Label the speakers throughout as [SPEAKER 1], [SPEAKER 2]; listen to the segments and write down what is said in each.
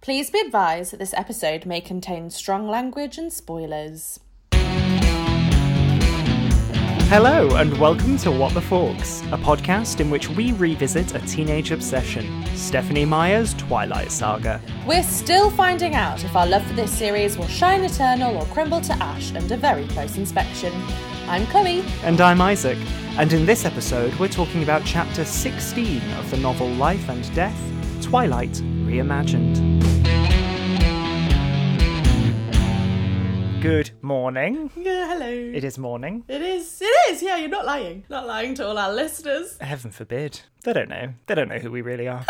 [SPEAKER 1] Please be advised that this episode may contain strong language and spoilers.
[SPEAKER 2] Hello, and welcome to What the Forks, a podcast in which we revisit a teenage obsession Stephanie Meyer's Twilight Saga.
[SPEAKER 1] We're still finding out if our love for this series will shine eternal or crumble to ash under very close inspection. I'm Chloe.
[SPEAKER 2] And I'm Isaac, and in this episode, we're talking about chapter 16 of the novel Life and Death Twilight Reimagined. Good morning.
[SPEAKER 1] Yeah, hello.
[SPEAKER 2] It is morning.
[SPEAKER 1] It is. It is. Yeah, you're not lying. Not lying to all our listeners.
[SPEAKER 2] Heaven forbid. They don't know. They don't know who we really are.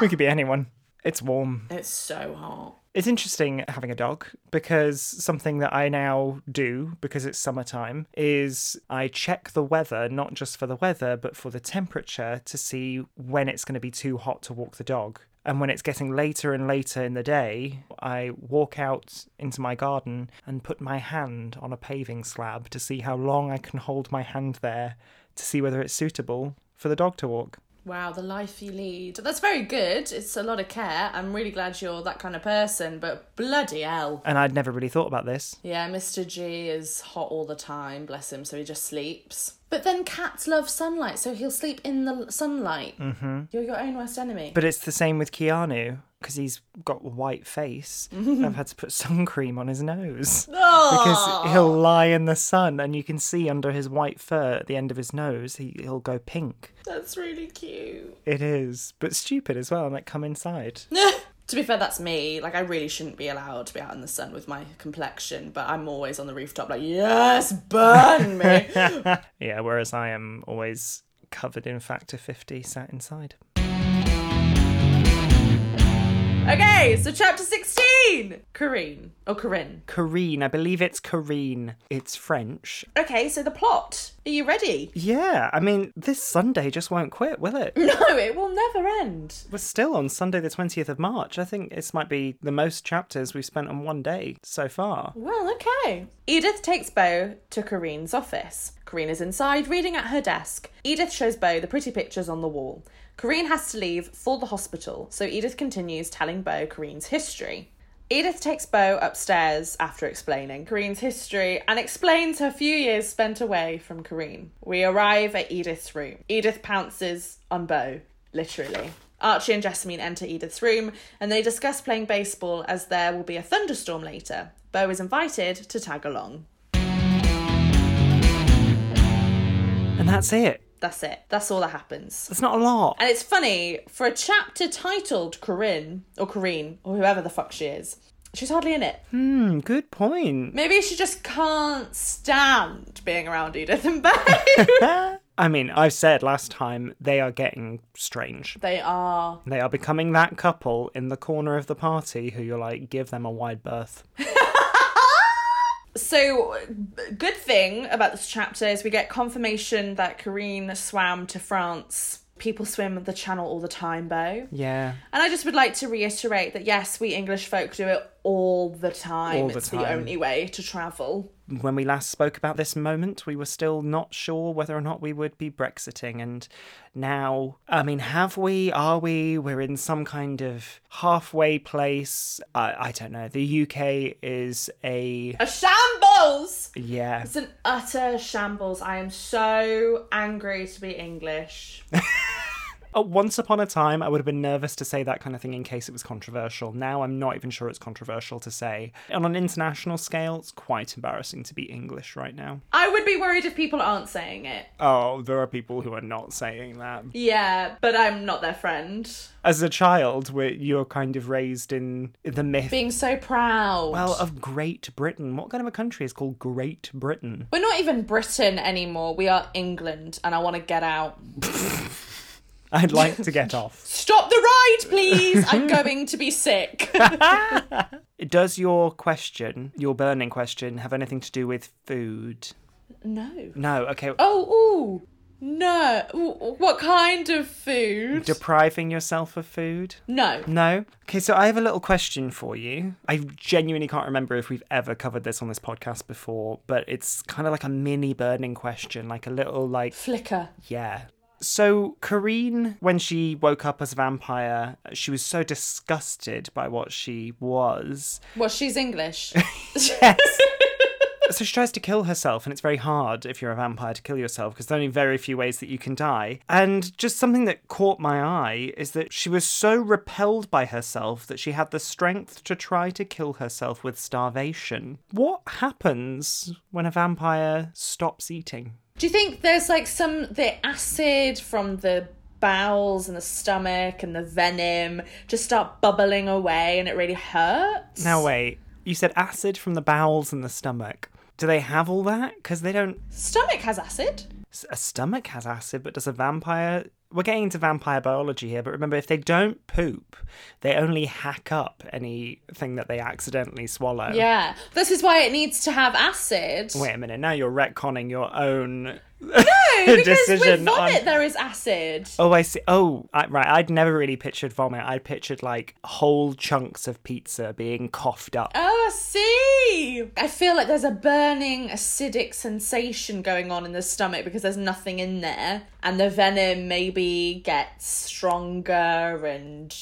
[SPEAKER 2] we could be anyone. It's warm.
[SPEAKER 1] It's so hot.
[SPEAKER 2] It's interesting having a dog because something that I now do because it's summertime is I check the weather, not just for the weather, but for the temperature to see when it's going to be too hot to walk the dog. And when it's getting later and later in the day, I walk out into my garden and put my hand on a paving slab to see how long I can hold my hand there to see whether it's suitable for the dog to walk.
[SPEAKER 1] Wow, the life you lead. That's very good. It's a lot of care. I'm really glad you're that kind of person, but bloody hell.
[SPEAKER 2] And I'd never really thought about this.
[SPEAKER 1] Yeah, Mr. G is hot all the time, bless him, so he just sleeps. But then cats love sunlight, so he'll sleep in the l- sunlight. Mm-hmm. You're your own worst enemy.
[SPEAKER 2] But it's the same with Keanu because he's got a white face. I've had to put sun cream on his nose because he'll lie in the sun and you can see under his white fur at the end of his nose he, he'll go pink.
[SPEAKER 1] That's really cute.
[SPEAKER 2] It is, but stupid as well. I'm like, come inside.
[SPEAKER 1] to be fair, that's me. Like, I really shouldn't be allowed to be out in the sun with my complexion, but I'm always on the rooftop, like, yes, burn me.
[SPEAKER 2] yeah, whereas I am always covered in factor 50 sat inside.
[SPEAKER 1] okay, so chapter 16 Corinne, or Corinne.
[SPEAKER 2] Corinne, I believe it's Corinne. It's French.
[SPEAKER 1] Okay, so the plot. Are you ready?
[SPEAKER 2] Yeah, I mean, this Sunday just won't quit, will it?
[SPEAKER 1] No, it will never end.
[SPEAKER 2] We're still on Sunday, the 20th of March. I think this might be the most chapters we've spent on one day so far.
[SPEAKER 1] Well, okay. Edith takes Bo to Corinne's office. Corinne is inside reading at her desk. Edith shows Bo the pretty pictures on the wall. Corinne has to leave for the hospital, so Edith continues telling Bo Corinne's history. Edith takes Bo upstairs after explaining Corinne's history and explains her few years spent away from Corinne. We arrive at Edith's room. Edith pounces on Bo, literally. Archie and Jessamine enter Edith's room and they discuss playing baseball as there will be a thunderstorm later. Bo is invited to tag along.
[SPEAKER 2] And that's it.
[SPEAKER 1] That's it. That's all that happens.
[SPEAKER 2] That's not a lot.
[SPEAKER 1] And it's funny, for a chapter titled Corinne, or Corinne, or whoever the fuck she is, she's hardly in it.
[SPEAKER 2] Hmm, good point.
[SPEAKER 1] Maybe she just can't stand being around Edith and Bo.
[SPEAKER 2] I mean, I said last time they are getting strange.
[SPEAKER 1] they are.
[SPEAKER 2] They are becoming that couple in the corner of the party who you're like, give them a wide berth.
[SPEAKER 1] So, b- good thing about this chapter is we get confirmation that Corinne swam to France. People swim the channel all the time, Bo.
[SPEAKER 2] Yeah.
[SPEAKER 1] And I just would like to reiterate that yes, we English folk do it all the time.
[SPEAKER 2] All the
[SPEAKER 1] it's the
[SPEAKER 2] time.
[SPEAKER 1] only way to travel.
[SPEAKER 2] When we last spoke about this moment, we were still not sure whether or not we would be Brexiting. And now, I mean, have we? Are we? We're in some kind of halfway place. I, I don't know. The UK is a.
[SPEAKER 1] A shambles!
[SPEAKER 2] Yeah.
[SPEAKER 1] It's an utter shambles. I am so angry to be English.
[SPEAKER 2] Uh, Once upon a time, I would have been nervous to say that kind of thing in case it was controversial. Now I'm not even sure it's controversial to say. And on an international scale, it's quite embarrassing to be English right now.
[SPEAKER 1] I would be worried if people aren't saying it.
[SPEAKER 2] Oh, there are people who are not saying that.
[SPEAKER 1] Yeah, but I'm not their friend.
[SPEAKER 2] As a child, where you're kind of raised in the myth.
[SPEAKER 1] Being so proud.
[SPEAKER 2] well, of Great Britain. What kind of a country is called Great Britain?
[SPEAKER 1] We're not even Britain anymore. We are England, and I want to get out.
[SPEAKER 2] I'd like to get off.
[SPEAKER 1] Stop the ride, please! I'm going to be sick.
[SPEAKER 2] Does your question, your burning question, have anything to do with food?
[SPEAKER 1] no.
[SPEAKER 2] No, okay.
[SPEAKER 1] Oh, ooh. No. Ooh, what kind of food?
[SPEAKER 2] Depriving yourself of food?
[SPEAKER 1] no.
[SPEAKER 2] No. Okay, so I have a little question for you. I genuinely can't remember if we've ever covered this on this podcast before, but it's kind of like a mini burning question, like a little like
[SPEAKER 1] Flicker.
[SPEAKER 2] yeah. So, Corrine, when she woke up as a vampire, she was so disgusted by what she was.
[SPEAKER 1] Well, she's English.
[SPEAKER 2] Yes. so she tries to kill herself, and it's very hard if you're a vampire to kill yourself because there are only very few ways that you can die. And just something that caught my eye is that she was so repelled by herself that she had the strength to try to kill herself with starvation. What happens when a vampire stops eating?
[SPEAKER 1] Do you think there's like some the acid from the bowels and the stomach and the venom just start bubbling away and it really hurts?
[SPEAKER 2] Now, wait, you said acid from the bowels and the stomach. Do they have all that? Because they don't.
[SPEAKER 1] Stomach has acid.
[SPEAKER 2] A stomach has acid, but does a vampire. We're getting into vampire biology here, but remember, if they don't poop, they only hack up anything that they accidentally swallow.
[SPEAKER 1] Yeah. This is why it needs to have acid.
[SPEAKER 2] Wait a minute, now you're retconning your own.
[SPEAKER 1] no, because with
[SPEAKER 2] decision
[SPEAKER 1] vomit
[SPEAKER 2] on-
[SPEAKER 1] there is acid.
[SPEAKER 2] Oh, I see. Oh, I, right. I'd never really pictured vomit. I pictured like whole chunks of pizza being coughed up.
[SPEAKER 1] Oh, I see. I feel like there's a burning acidic sensation going on in the stomach because there's nothing in there, and the venom maybe gets stronger and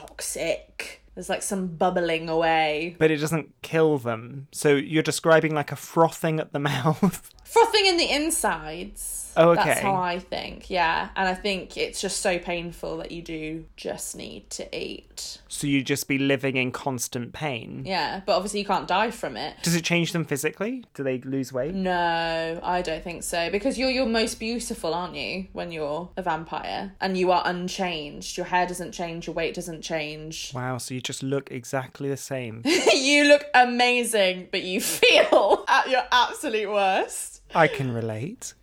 [SPEAKER 1] toxic. There's like some bubbling away.
[SPEAKER 2] But it doesn't kill them. So you're describing like a frothing at the mouth.
[SPEAKER 1] Frothing in the insides.
[SPEAKER 2] Oh,
[SPEAKER 1] That's
[SPEAKER 2] okay.
[SPEAKER 1] how I think, yeah. And I think it's just so painful that you do just need to eat.
[SPEAKER 2] so you'd just be living in constant pain.
[SPEAKER 1] Yeah, but obviously you can't die from it.
[SPEAKER 2] Does it change them physically? Do they lose
[SPEAKER 1] Mm.
[SPEAKER 2] weight?
[SPEAKER 1] No, I don't think so. Because you're your most beautiful, aren't you, when you're a vampire? And you are unchanged. Your hair doesn't change, your weight doesn't change.
[SPEAKER 2] Wow, so you just look exactly the same.
[SPEAKER 1] you look amazing, but you feel at your absolute worst.
[SPEAKER 2] I can relate.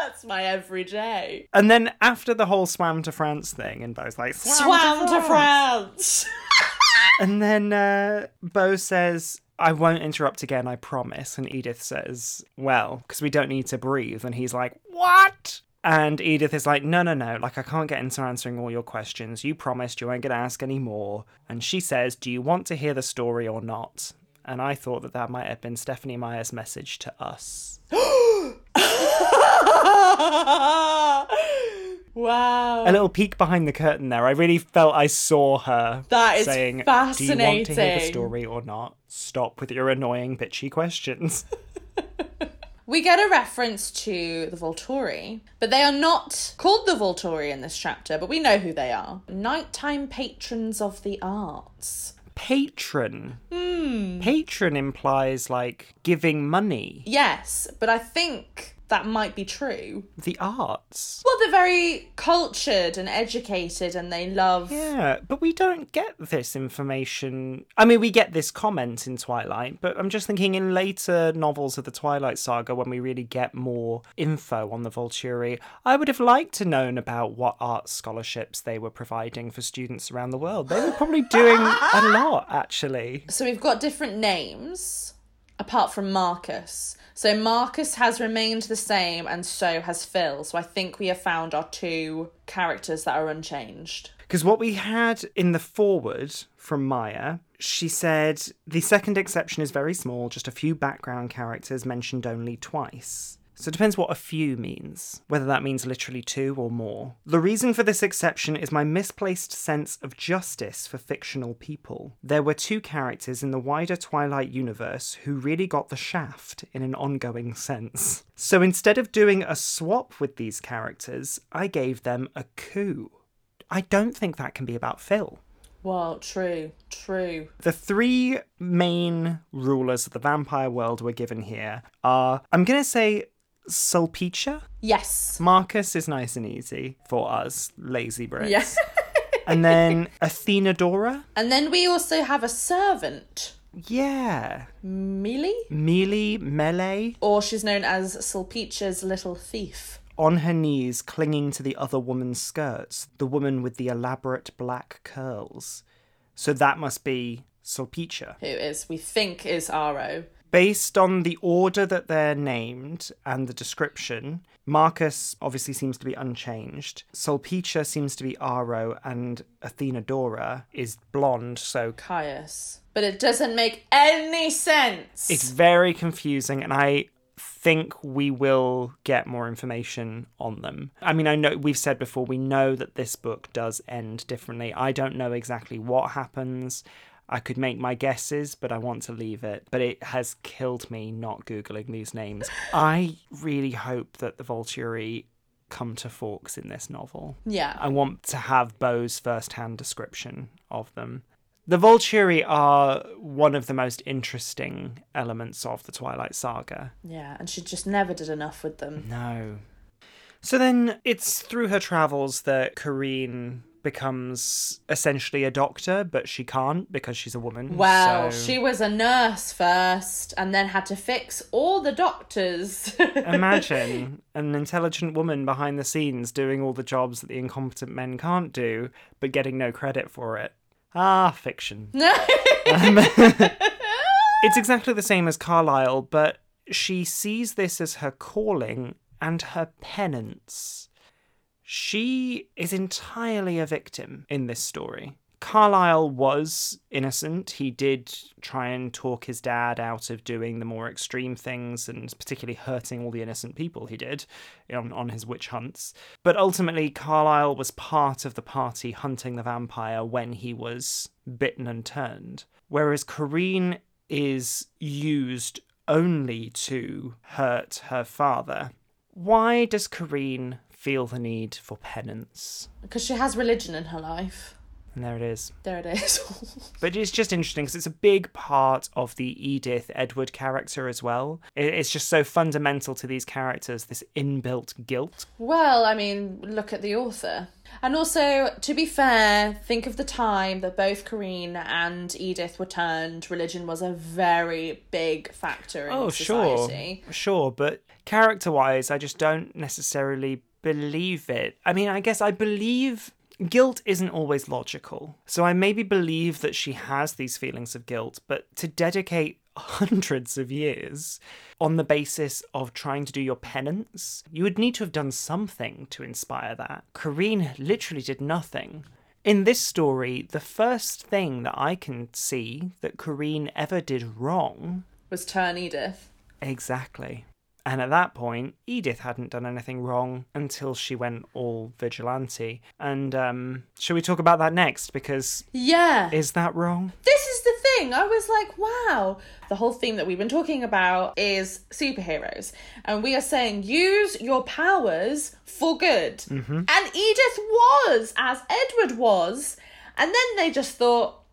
[SPEAKER 1] That's my everyday.
[SPEAKER 2] And then after the whole swam to France thing, and Bo's like, swam,
[SPEAKER 1] Swam to France!
[SPEAKER 2] And then uh, Bo says, I won't interrupt again, I promise. And Edith says, Well, because we don't need to breathe. And he's like, What? And Edith is like, No, no, no. Like, I can't get into answering all your questions. You promised you weren't going to ask any more. And she says, Do you want to hear the story or not? And I thought that that might have been Stephanie Meyer's message to us.
[SPEAKER 1] wow.
[SPEAKER 2] A little peek behind the curtain there. I really felt I saw her
[SPEAKER 1] That is
[SPEAKER 2] saying, Do you want to hear the
[SPEAKER 1] fascinating.
[SPEAKER 2] story or not? Stop with your annoying, bitchy questions.
[SPEAKER 1] We get a reference to the Volturi, but they are not called the Volturi in this chapter, but we know who they are. Nighttime patrons of the arts.
[SPEAKER 2] patron. Patron implies like giving money,
[SPEAKER 1] Yes, but I think that might be true.
[SPEAKER 2] the arts.
[SPEAKER 1] Well, they're very cultured and educated and they love.
[SPEAKER 2] Yeah, but we don't get this information. I mean, we get this comment in Twilight, but I'm just thinking in later novels of the Twilight Saga when we really get more info on the Volturi, I would have liked to known about what art scholarships they were providing for students around the world. They were probably doing a lot, actually.
[SPEAKER 1] So we've got different names apart from Marcus. So Marcus has remained the same and so has Phil. So I think we have found our two characters that are unchanged.
[SPEAKER 2] Because what we had in the forward from Maya, she said the second exception is very small, just a few background characters mentioned only twice. So it depends what a few means, whether that means literally two or more. The reason for this exception is my misplaced sense of justice for fictional people. There were two characters in the wider Twilight universe who really got the shaft in an ongoing sense. So instead of doing a swap with these characters, I gave them a coup. I don't think that can be about Phil.
[SPEAKER 1] Well, true, true.
[SPEAKER 2] The three main rulers of the vampire world we're given here are, I'm going to say, Sulpicia.
[SPEAKER 1] Yes.
[SPEAKER 2] Marcus is nice and easy for us, lazy bricks.
[SPEAKER 1] Yes.
[SPEAKER 2] and then Athenadora.
[SPEAKER 1] and then we also have a servant,
[SPEAKER 2] Yeah.
[SPEAKER 1] Millie,
[SPEAKER 2] Mealy Melee
[SPEAKER 1] or she's known as Sulpicia's little thief.
[SPEAKER 2] on her knees clinging to the other woman's skirts, the woman with the elaborate black curls. So that must be Sulpicia.
[SPEAKER 1] Who is, we think, is Aro.
[SPEAKER 2] based on the order that they're named and the description, Marcus obviously seems to be unchanged. Sulpicia seems to be Aro, and Athenadora is blonde, so
[SPEAKER 1] Caius. But it doesn't make any sense.
[SPEAKER 2] it's very confusing. And I think we will get more information on them. I mean, I know we've said before, we know that this book does end differently. I don't know exactly what happens. I could make my guesses, but I want to leave it. But it has killed me not Googling these names. I really hope that the Volturi come to forks in this novel.
[SPEAKER 1] Yeah.
[SPEAKER 2] I want to have Bo's first hand description of them. The Volturi are one of the most interesting elements of the Twilight Saga.
[SPEAKER 1] Yeah, and she just never did enough with them.
[SPEAKER 2] Mm-hmm. No. So then it's through her travels that Corrine becomes essentially a doctor, but she can't because she's a woman.
[SPEAKER 1] Well,
[SPEAKER 2] so-
[SPEAKER 1] she was a nurse first and then had to fix all the doctors.
[SPEAKER 2] Imagine an intelligent woman behind the scenes doing all the jobs that the incompetent men can't do, but getting no credit for it. Ah, fiction. Um, It's exactly the same as Carlyle, but she sees this as her calling and her penance. She is entirely a victim in this story. Carlyle was innocent. He did try and talk his dad out of doing the more extreme things and particularly hurting all the innocent people he did on, on his witch hunts. But ultimately, Carlyle was part of the party hunting the vampire when he was bitten and turned. Whereas Corrine is used only to hurt her father. Why does Corrine feel the need for penance?
[SPEAKER 1] Because she has religion in her life.
[SPEAKER 2] And there it is.
[SPEAKER 1] There it is.
[SPEAKER 2] But it's just interesting because it's a big part of the Edith Edward character as well. It- It's just so fundamental to these characters, this inbuilt guilt.
[SPEAKER 1] Well, I mean, look at the author. And also, to be fair, think of the time that both Corrine and Edith were turned. Religion was a very big factor in society.
[SPEAKER 2] Oh, sure. Sure, but character wise, I just don't necessarily believe it. I mean, I guess I believe guilt isn't always logical. So I maybe believe that she has these feelings of guilt, but to dedicate hundreds of years on the basis of trying to do your penance, you would need to have done something to inspire that. Corrine literally did nothing. In this story, the first thing that I can see that Corrine ever did wrong
[SPEAKER 1] Was turn Edith.
[SPEAKER 2] Exactly. And at that point, Edith hadn't done anything wrong until she went all vigilante. And um, shall we talk about that next? Because
[SPEAKER 1] Yeah.
[SPEAKER 2] is that wrong?
[SPEAKER 1] this is the thing. I was like, wow. The whole theme that we've been talking about is superheroes. And we are saying use your powers for good.
[SPEAKER 2] Mm-hmm.
[SPEAKER 1] And Edith was, as Edward was. And then they just thought,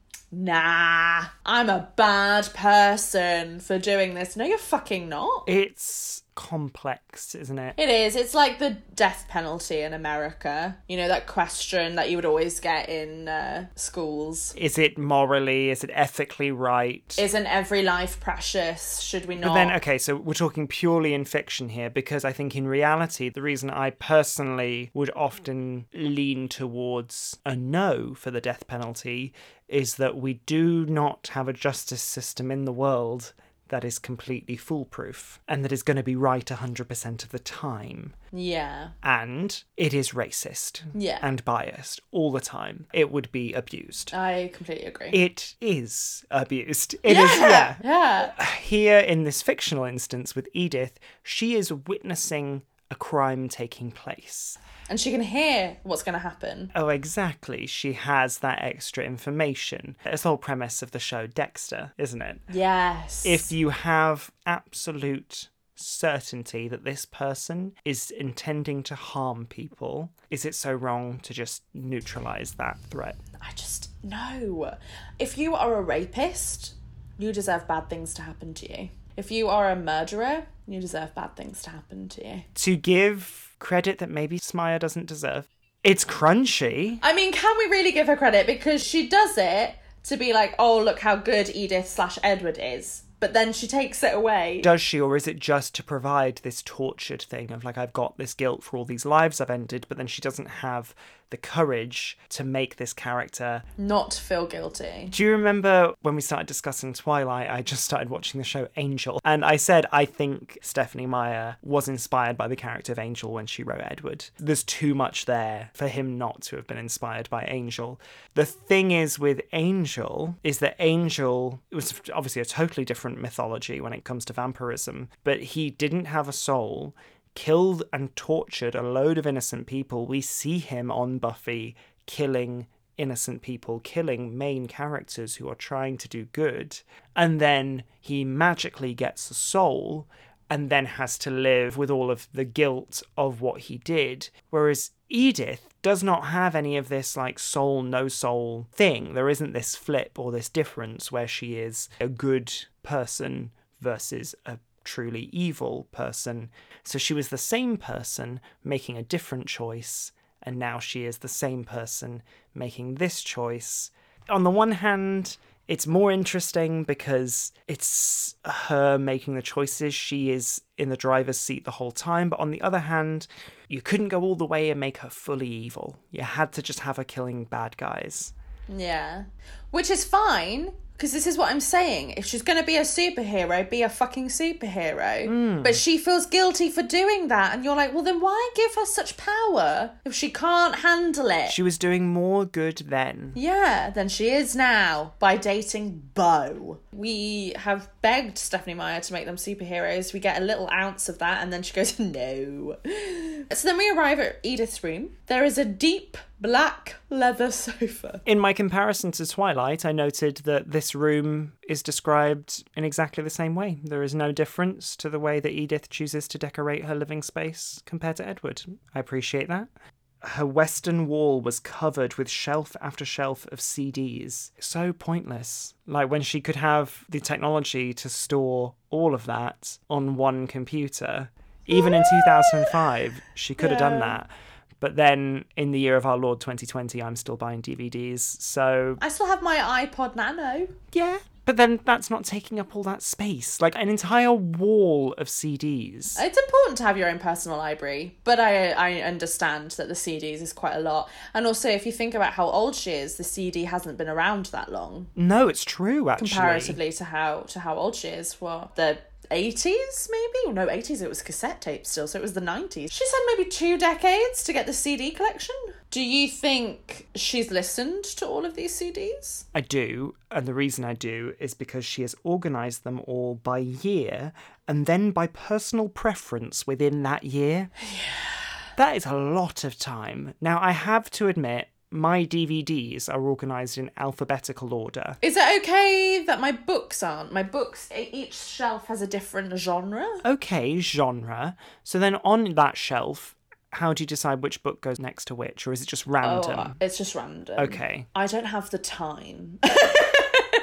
[SPEAKER 1] nah, I'm a bad person for doing this. No, you're fucking not.
[SPEAKER 2] It's complex, isn't it?
[SPEAKER 1] It is. It's like the death penalty in America. You know, that question that you would always get in uh, schools.
[SPEAKER 2] Is it morally? Is it ethically right?
[SPEAKER 1] isn't every life precious? Should we not?
[SPEAKER 2] But then, okay, so we're talking purely in fiction here because I think in reality, the reason I personally would often lean towards a no for the death penalty is that we do not have a justice system in the world that is completely foolproof and that is going to be right 100% of the time.
[SPEAKER 1] Yeah.
[SPEAKER 2] And it is racist
[SPEAKER 1] Yeah.
[SPEAKER 2] and biased all the time. It would be abused.
[SPEAKER 1] I completely agree.
[SPEAKER 2] It is abused. It is yeah
[SPEAKER 1] Yeah.
[SPEAKER 2] here in this fictional instance with Edith, she is witnessing a crime taking place.
[SPEAKER 1] And she can hear what's going to happen.
[SPEAKER 2] Oh, exactly. She has that extra information. It's the whole premise of the show Dexter, isn't it?
[SPEAKER 1] Yes.
[SPEAKER 2] If you have absolute certainty that this person is intending to harm people, is it so wrong to just neutralize that threat?
[SPEAKER 1] I just no. If you are a rapist, you deserve bad things to happen to you. If you are a murderer, you deserve bad things to happen to you.
[SPEAKER 2] To give credit that maybe Smyer doesn't deserve. It's crunchy.
[SPEAKER 1] I mean, can we really give her credit? Because she does it to be like, oh, look how good Edith slash Edward is. But then she takes it away.
[SPEAKER 2] does she or is it just to provide this tortured thing of like i've got this guilt for all these lives i've ended but then she doesn't have the courage to make this character.
[SPEAKER 1] Not feel guilty.
[SPEAKER 2] Do you remember when we started discussing Twilight? I just started watching the show Angel, and I said I think Stephanie Meyer was inspired by the character of Angel when she wrote Edward. There's too much there for him not to have been inspired by Angel. The thing is with Angel is that Angel it was obviously a totally different mythology when it comes to vampirism, but he didn't have a soul killed and tortured a load of innocent people. We see him on Buffy killing innocent people, killing main characters who are trying to do good. And then he magically gets a soul and then has to live with all of the guilt of what he did. Whereas Edith does not have any of this like soul, no soul thing. There isn't this flip or this difference where she is a good person versus a truly evil person. So she was the same person making a different choice, and now she is the same person making this choice. On the one hand, it's more interesting because it's her making the choices. She is in the driver's seat the whole time. But on the other hand, you couldn't go all the way and make her fully evil. You had to just have her killing bad guys.
[SPEAKER 1] Yeah. Which is fine because this is what I'm saying. If she's going to be a superhero, be a fucking superhero. But she feels guilty for doing that. And you're like, well, then why give her such power if she can't handle it?
[SPEAKER 2] She was doing more good then.
[SPEAKER 1] yeah, than she is now by dating Bo. We have begged Stephanie Meyer to make them superheroes. We get a little ounce of that, and then she goes, no. So then we arrive at Edith's room. There is a deep black leather sofa.
[SPEAKER 2] In my comparison to Twilight, I noted that this room is described in exactly the same way. There is no difference to the way that Edith chooses to decorate her living space compared to Edward. I appreciate that. Her western wall was covered with shelf after shelf of CDs. So pointless. Like when she could have the technology to store all of that on one computer. Even in 2005, she could have done that. But then in the year of our Lord 2020, I'm still buying DVDs. So,
[SPEAKER 1] I still have my iPod Nano.
[SPEAKER 2] yeah. But then that's not taking up all that space. Like an entire wall of CDs.
[SPEAKER 1] It's important to have your own personal library, but I I understand that the CDs is quite a lot. And also if you think about how old she is, the CD hasn't been around that long
[SPEAKER 2] No, it's true, actually.
[SPEAKER 1] comparatively to how to how old she is for the 80s maybe no 80s it was cassette tape still so it was the 90s she's had maybe two decades to get the cd collection do you think she's listened to all of these cds
[SPEAKER 2] I do, and the reason I do is because she has organised them all by year and then by personal preference within that year. That is a lot of time. Now, I have to admit, my DVDs are organised in alphabetical order.
[SPEAKER 1] is it okay that my books aren't my books e- each shelf has a different genre
[SPEAKER 2] Okay, genre. So then on that shelf, how do you decide which book goes next to which, or is it just random?
[SPEAKER 1] Oh, it's just random.
[SPEAKER 2] Okay.
[SPEAKER 1] I don't have the time.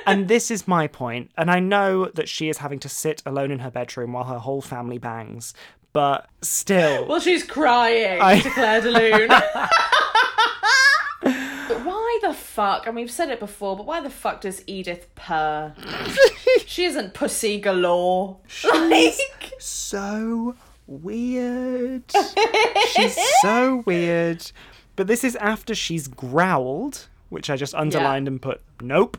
[SPEAKER 2] and this is my point, and I know that she is having to sit alone in her bedroom while her whole family bangs, but still.
[SPEAKER 1] well, she's crying I... to Claire de Lune. But why the fuck? I mean, we've said it before, but why the fuck does Edith purr? she isn't pussy galore. Like,
[SPEAKER 2] so weird. she's so weird. But this is after she's growled, which I just underlined and put nope.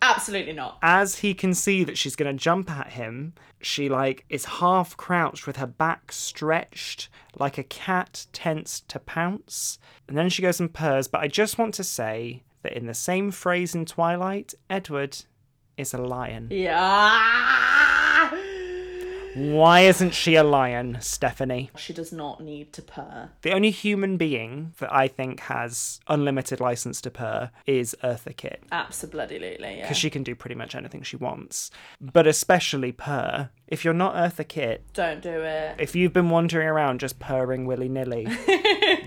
[SPEAKER 1] absolutely not.
[SPEAKER 2] As he can see that she's going to jump at him, she like is half crouched with her back stretched like a cat tensed to pounce. And then she goes and purrs, but I just want to say that in the same phrase in Twilight, Edward is a lion.
[SPEAKER 1] Yeah.
[SPEAKER 2] Why isn't she a lion, Stephanie?
[SPEAKER 1] She does not need to purr.
[SPEAKER 2] The only human being that I think has unlimited license to purr is Eartha Kitt.
[SPEAKER 1] Absolutely, yeah.
[SPEAKER 2] Because she can do pretty much anything she wants. But especially purr. If you're not Eartha Kitt,
[SPEAKER 1] Don't do it.
[SPEAKER 2] if you've been wandering around just purring willy nilly,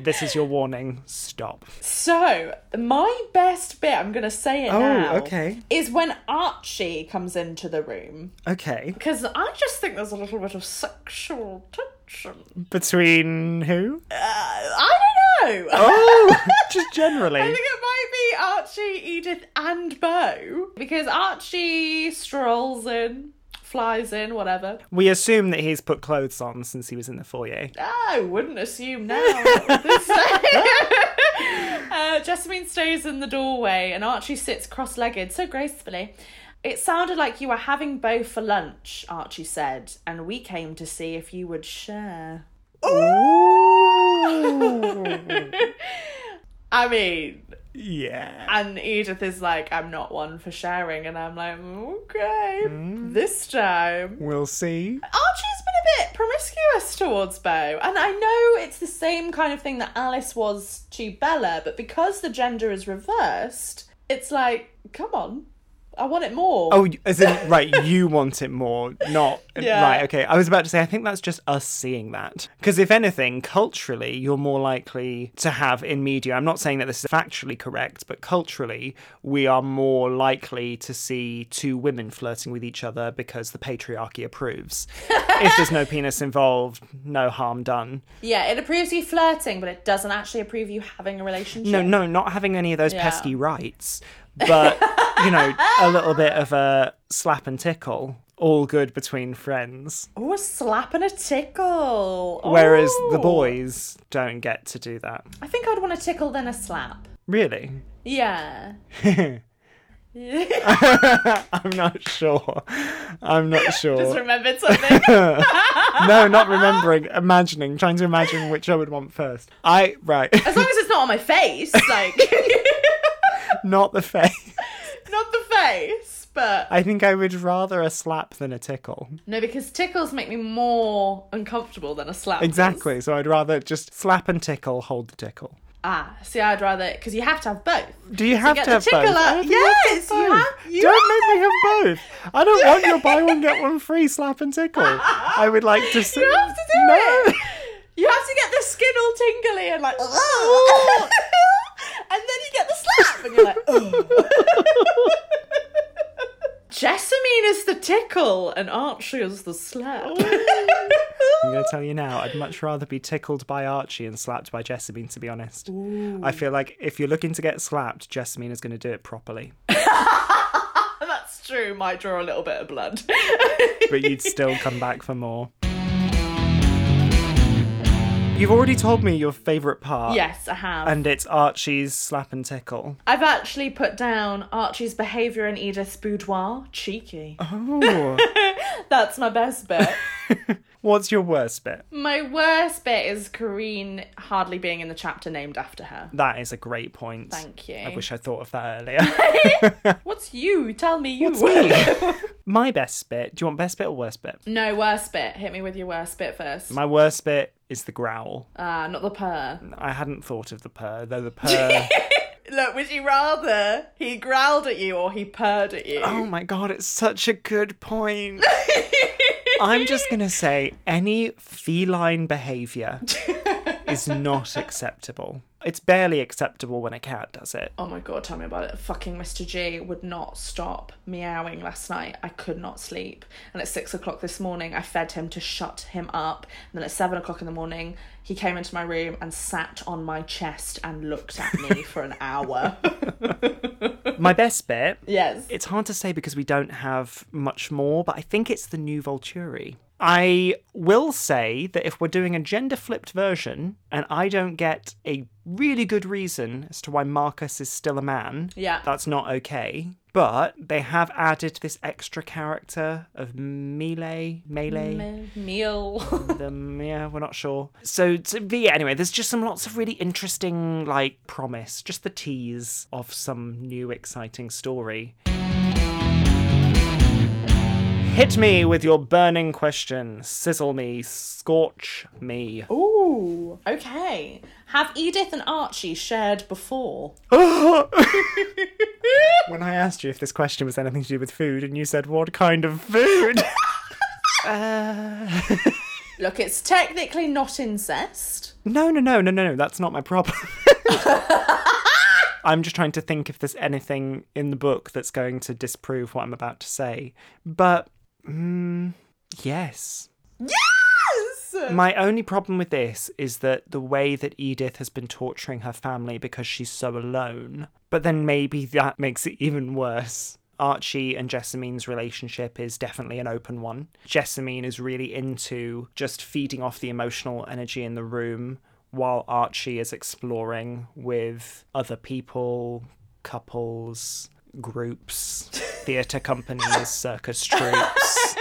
[SPEAKER 2] this is your warning. Stop.
[SPEAKER 1] So, my best bit, I'm going to say it now.
[SPEAKER 2] Oh, okay.
[SPEAKER 1] Is when Archie comes into the room.
[SPEAKER 2] Okay.
[SPEAKER 1] Because I just think there's a little bit of sexual tension. Uh,
[SPEAKER 2] Between who?
[SPEAKER 1] I don't know.
[SPEAKER 2] Oh, just
[SPEAKER 1] I
[SPEAKER 2] generally.
[SPEAKER 1] think it might be Archie, Edith, and Bo. Because Archie strolls in flies in, whatever.
[SPEAKER 2] We assume that he's put clothes on since he was in the foyer.
[SPEAKER 1] I wouldn't assume now. what to say. uh, Jessamine stays in the doorway and Archie sits cross legged so gracefully. It sounded like you were having Bo for lunch, Archie said, and we came to see if you would share. I mean,
[SPEAKER 2] yeah.
[SPEAKER 1] and Edith is like, I'm not one for sharing, and I'm like, okay,
[SPEAKER 2] Mm.
[SPEAKER 1] this time.
[SPEAKER 2] We'll see.
[SPEAKER 1] Archie's been a bit promiscuous towards Bo, and I know it's the same kind of thing that Alice was to Bella, but because the gender is reversed, it's like, come on, I want it more.
[SPEAKER 2] Oh, as in, right, you want it more, not.
[SPEAKER 1] Yeah.
[SPEAKER 2] Right, okay. I was about to say, I think that's just us seeing that. Because if anything, culturally, you're more likely to have in media, I'm not saying that this is factually correct, but culturally, we are more likely to see two women flirting with each other because the patriarchy approves. if there's no penis involved, no harm done.
[SPEAKER 1] Yeah, it approves you flirting, but it doesn't actually approve you having a relationship.
[SPEAKER 2] No, no, not having any of those
[SPEAKER 1] Yeah.
[SPEAKER 2] pesky rights, but you know, a little bit of a slap and tickle, all good between friends.
[SPEAKER 1] Ooh, a slap and a tickle.
[SPEAKER 2] Whereas the
[SPEAKER 1] Ooh.
[SPEAKER 2] boys don't get to do that,
[SPEAKER 1] I think I'd want a tickle then a slap.
[SPEAKER 2] really.
[SPEAKER 1] Yeah.
[SPEAKER 2] I'm not sure. I'm not
[SPEAKER 1] Just
[SPEAKER 2] sure.
[SPEAKER 1] remembered something.
[SPEAKER 2] No, not remembering. Imagining, trying to imagine which I would want first. I right,
[SPEAKER 1] As long as it's not on my face, like
[SPEAKER 2] not the face.
[SPEAKER 1] not the face, but
[SPEAKER 2] I think I would rather a slap than a tickle.
[SPEAKER 1] no, because tickles make me more uncomfortable than a slap. does.
[SPEAKER 2] Exactly. So I'd rather just slap and tickle, hold the tickle.
[SPEAKER 1] Ah, see, I'd rather because you have to have both.
[SPEAKER 2] Do you have
[SPEAKER 1] get
[SPEAKER 2] to
[SPEAKER 1] the
[SPEAKER 2] have both?
[SPEAKER 1] tickler.
[SPEAKER 2] I don't have
[SPEAKER 1] Yes,
[SPEAKER 2] to
[SPEAKER 1] you
[SPEAKER 2] both.
[SPEAKER 1] have- you
[SPEAKER 2] Don't make me have both. I don't want your buy one get one free slap and tickle. I would like to. See...
[SPEAKER 1] You have to do
[SPEAKER 2] no.
[SPEAKER 1] it. You have to get the skin all tingly and like, "Ugh." and then you get the slap, and you're like, "Ugh." Jessamine is the tickle, and Archie is the slap.
[SPEAKER 2] I'm going to tell you now, I'd much rather be tickled by Archie and slapped by Jessamine, to be honest. I feel like if you're looking to get slapped, Jessamine is going to do it properly.
[SPEAKER 1] That's true. Might draw a little bit of blood.
[SPEAKER 2] But you'd still come back for more. You've already told me your favourite part.
[SPEAKER 1] yes, I have.
[SPEAKER 2] And it's Archie's slap and tickle.
[SPEAKER 1] I've actually put down Archie's behaviour in Edith's boudoir. Cheeky.
[SPEAKER 2] Uh-huh. Ooh.
[SPEAKER 1] That's my best bit.
[SPEAKER 2] What's your worst bit?
[SPEAKER 1] my worst bit is Corrine hardly being in the chapter named after her.
[SPEAKER 2] That is a great point.
[SPEAKER 1] Thank you.
[SPEAKER 2] I wish I thought of that earlier.
[SPEAKER 1] What's you? Tell me you.
[SPEAKER 2] My best bit. Do you want best bit or worst bit?
[SPEAKER 1] no, worst bit. Hit me with your worst bit first.
[SPEAKER 2] My worst bit is the growl.
[SPEAKER 1] Ah, not the purr.
[SPEAKER 2] I hadn't thought of the purr, though the purr.
[SPEAKER 1] Look, would you rather he growled at you or he purred at you?
[SPEAKER 2] oh my god, it's such a good point. I'm just going to say any feline behavior is not acceptable. It's barely acceptable when a cat does it.
[SPEAKER 1] Oh my god, tell me about it. Fucking Mr. G would not stop meowing last night. I could not sleep. And at six o'clock this morning, I fed him to shut him up. And then at seven o'clock in the morning, he came into my room and sat on my chest and looked at me for an hour.
[SPEAKER 2] My best bit
[SPEAKER 1] yes.
[SPEAKER 2] It's hard to say because we don't have much more, but I think it's the new Volturi. I will say that if we're doing a gender flipped version and I don't get a really good reason as to why Marcus is still a man,
[SPEAKER 1] Yeah.
[SPEAKER 2] that's not okay. But they have added this extra character of melee, melee,
[SPEAKER 1] Meal.
[SPEAKER 2] them. Yeah, we're not sure. So, so but yeah, anyway, there's just some lots of really interesting, like, promise, just the tease of some new exciting story. Hit me with your burning question. Sizzle me, scorch me.
[SPEAKER 1] Ooh. Okay. Have Edith and Archie shared before?
[SPEAKER 2] When I asked you if this question was anything to do with food, and you said, What kind of food?
[SPEAKER 1] Look, it's technically not incest.
[SPEAKER 2] No, no, no, no, no, no. That's not my problem. I'm just trying to think if there's anything in the book that's going to disprove what I'm about to say. But, mm, yes.
[SPEAKER 1] Yes!
[SPEAKER 2] My only problem with this is that the way that Edith has been torturing her family because she's so alone. But then maybe that makes it even worse. Archie and Jessamine's relationship is definitely an open one. Jessamine is really into just feeding off the emotional energy in the room while Archie is exploring with other people, couples, groups, theatre companies, circus troops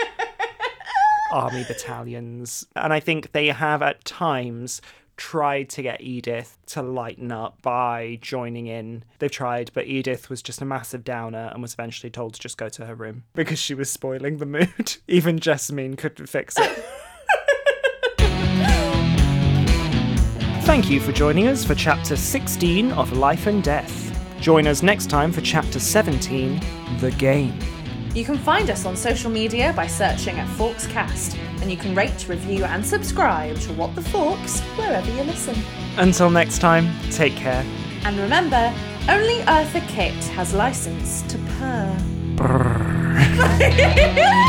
[SPEAKER 2] army battalions. And I think they have at times tried to get Edith to lighten up by joining in. They've tried, but Edith was just a massive downer and was eventually told to just go to her room because she was spoiling the mood. Even Jessamine couldn't fix it. Thank you for joining us for chapter 16 of Life and Death. Join us next time for chapter 17 The Game.
[SPEAKER 1] You can find us on social media by searching at ForksCast, and you can rate, review, and subscribe to What the Forks wherever you listen.
[SPEAKER 2] Until next time, take care.
[SPEAKER 1] And remember, only Eartha Kitt has license to purr.